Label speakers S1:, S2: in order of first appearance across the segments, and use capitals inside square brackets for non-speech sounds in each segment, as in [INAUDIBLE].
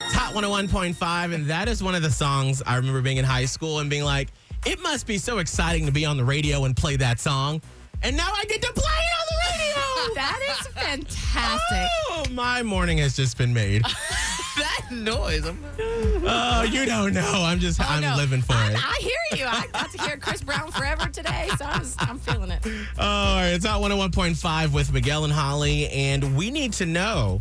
S1: It's Hot 101.5, and that is one of the songs I remember being in high school and being like, it must be so exciting to be on the radio and play that song. And now I get to play it on
S2: [LAUGHS]
S1: the radio.
S2: That is fantastic.
S1: oh, my morning has just been made.
S2: [LAUGHS] that noise. I'm,
S1: [LAUGHS]
S2: Oh,
S1: Oh, you don't know. I'm just, I'm
S2: no.
S1: living for
S2: I'm- [LAUGHS]
S1: it.
S2: I hear you. I got to hear Chris Brown forever today, so I'm, just, I'm feeling it.
S1: Oh, all right, it's Hot 101.5 with Miguel and Holly, and we need to know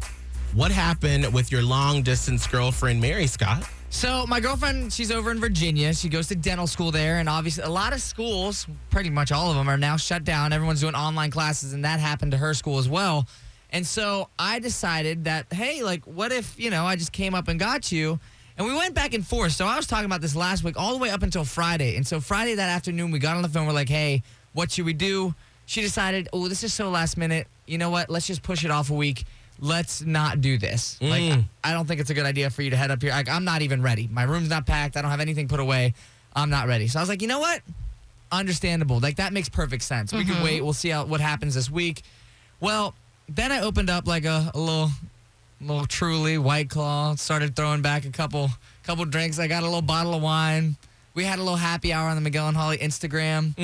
S1: what happened with your long distance girlfriend, Mary Scott.
S3: So my girlfriend, she's over in Virginia. She goes to dental school there, and obviously a lot of schools, pretty much all of them, are now shut down. Everyone's doing online classes, and that happened to her school as well. And so I decided that, hey, like, what if you know I just came up and got you, and we went back and forth. So I was talking about this last week, all the way up until Friday. And so Friday that afternoon, we got on the phone. We're like, hey, what should we do? She decided, oh, this is so last minute. You know what? Let's just push it off a week. Let's not do this. Like, I don't think it's a good idea for you to head up here. Like, I'm not even ready. My room's not packed. I don't have anything put away. I'm not ready. So I was like, you know what? Understandable. Like, that makes perfect sense. We can wait. We'll see how, what happens this week. Well, then I opened up like a, a little, little truly white claw. Started throwing back a couple, couple drinks. I got a little bottle of wine. We had a little happy hour on the Miguel and Holly Instagram.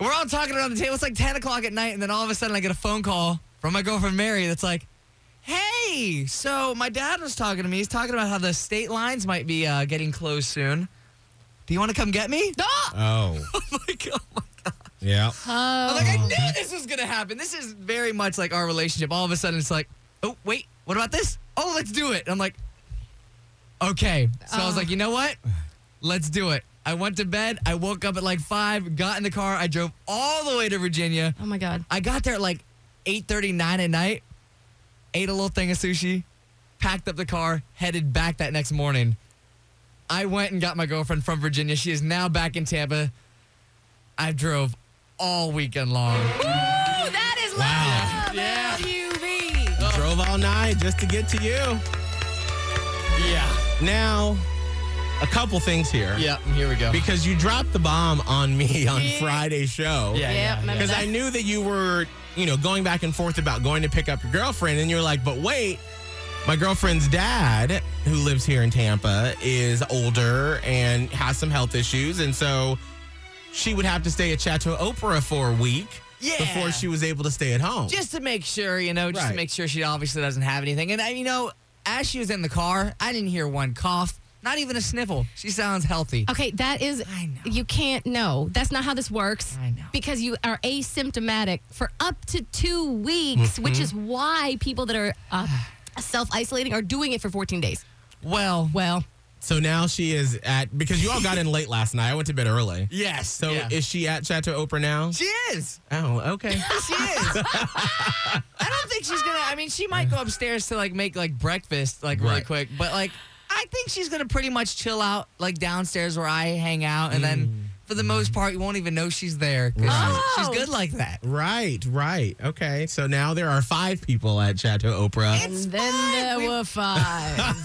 S3: We're all talking around the table. It's like 10 o'clock at night, and then all of a sudden I get a phone call from my girlfriend Mary that's like, hey, so my dad was talking to me. He's talking about how the state lines might be uh, getting closed soon. Do you want to come get me? [LAUGHS] No!
S2: [LAUGHS]
S1: Oh,
S3: like, oh my God.
S1: yeah.
S3: I'm like, I
S2: Oh.
S3: knew this was going to happen. This is very much like our relationship. All of a sudden it's like, oh, wait, what about this? Oh, let's do it. I'm like, okay. So I was like, you know what? Let's do it. I went to bed. I woke up at like five, got in the car. I drove all the way to Virginia.
S2: Oh my God.
S3: I got there at like 8.39 at night, ate a little thing of sushi, packed up the car, headed back that next morning. I went and got my girlfriend from Virginia. She is now back in Tampa. I drove all weekend long.
S2: Ooh, that is
S1: Wow.
S2: love.
S3: Yeah.
S2: L-U-V.
S1: Drove all night just to get to you.
S3: Yeah.
S1: Now, a couple things here.
S3: Yep, here we go.
S1: Because you dropped the bomb on
S3: [LAUGHS]
S1: me on
S2: Yeah.
S1: Friday's show.
S3: Yeah,
S2: Yep,
S3: yeah, yeah.
S2: remember
S1: Because I
S2: that.
S1: knew that you were, you know, going back and forth about going to pick up your girlfriend. And you're like, but wait, my girlfriend's dad, who lives here in Tampa, is older and has some health issues. And so she would have to stay at Chateau Opera for a week
S3: Yeah.
S1: before she was able to stay at home.
S3: just to make sure, you know, just
S1: Right.
S3: to make sure she obviously doesn't have anything. And, I, you know, as she was in the car, I didn't hear one cough, not even a sniffle. She sounds healthy.
S2: Okay, that is,
S3: I know.
S2: you can't know. That's not how this works.
S3: I know.
S2: Because you are asymptomatic for up to two weeks, which is
S1: Mm-hmm.
S2: why people that are uh, self isolating are doing it for 14 days.
S3: Well,
S2: Well,
S1: so now she is at, because you all got in late last night. I went to bed
S3: [LAUGHS]
S1: early.
S3: yes.
S1: So
S3: yeah.
S1: is she at Chateau Opera now?
S3: she is.
S1: oh,
S3: [LAUGHS]
S1: okay.
S3: She is. I don't think she's gonna. I mean, she might go upstairs to like make like breakfast like really
S1: Right.
S3: quick, but like I think she's gonna pretty much chill out like downstairs where I hang out, and then for the most part, you won't even know she's there 'cause she's,
S2: Oh.
S3: she's good like that.
S1: Right, right. Okay. So now there are five people at Chateau Oprah.
S3: It's
S2: and then
S3: fine.
S2: there
S3: We-
S2: were five.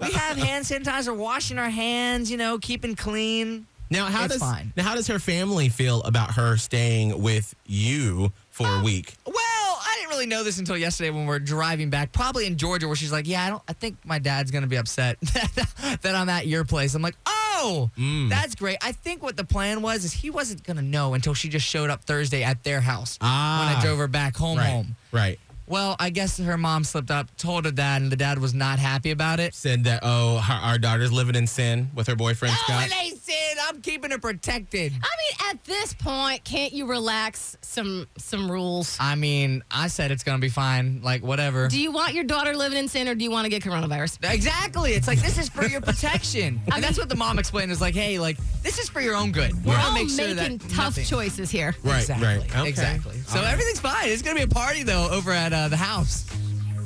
S3: We have hand sanitizer, washing our hands, you know, keeping clean.
S1: Now how
S3: it's
S1: does
S3: fine.
S1: now how does her family feel about her staying with you for
S3: Oh.
S1: a week?
S3: Well, I didn't really know this until yesterday when we were driving back, probably in Georgia, where she's like, "Yeah, I don't. I think my dad's gonna be upset [LAUGHS] that I'm at your place." I'm like, "Oh,
S1: Mm.
S3: that's great." I think what the plan was is he wasn't gonna know until she just showed up Thursday at their house when
S1: Ah.
S3: I drove her back home.
S1: Right.
S3: Home.
S1: Right.
S3: Well, I guess her mom slipped up, told her dad, and the dad was not happy about it.
S1: Said that oh her, our daughter's living in sin with her boyfriend
S3: Oh,
S1: Scott.
S3: it ain't sin. I'm keeping her protected.
S2: [LAUGHS] I mean, at this point, can't you relax some some rules?
S3: I mean, I said it's gonna be fine. Like whatever.
S2: Do you want your daughter living in sin, or do you want to get coronavirus?
S3: Exactly. It's like this is for your [LAUGHS] protection. and that's what the mom explained is like, hey, like this is for your own good. We're
S2: We're
S3: gonna
S2: all
S3: make sure
S2: making
S3: that
S2: tough
S3: nothing-
S2: choices here.
S1: Right,
S3: Exactly.
S1: right. Okay.
S3: Exactly. So
S1: All right.
S3: everything's fine. It's gonna be a party though over at uh, the house.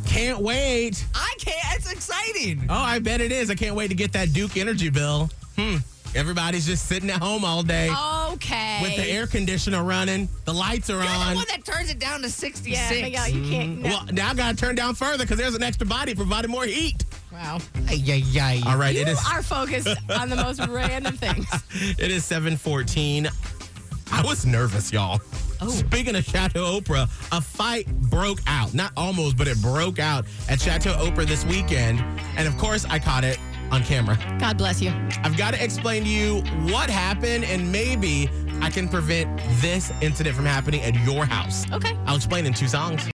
S1: Can't wait.
S3: I can't. It's exciting.
S1: Oh, I bet it is. I can't wait to get that Duke energy bill. Hmm. Everybody's just sitting at home all day
S2: Okay.
S1: with the air conditioner running. The lights are
S3: Oh, You're the
S1: on.
S3: one that turns it down to 66.
S4: Yeah, but y'all, you can't. No.
S1: Well, now I got to turn down further because there's an extra body providing more heat.
S3: Wow. Yeah, yeah,
S1: All right,
S4: you
S1: it is
S4: are focused on the most
S1: [LAUGHS]
S4: random things.
S1: it is 7:14. I was nervous, y'all.
S4: Oh.
S1: Speaking of Chateau Oprah, a fight broke out. Not almost, but it broke out at Chateau Oprah this weekend, and of course, I caught it on camera.
S2: God bless you.
S1: I've got to explain to you what happened, and maybe I can prevent this incident from happening at your house.
S2: Okay.
S1: I'll explain in two songs.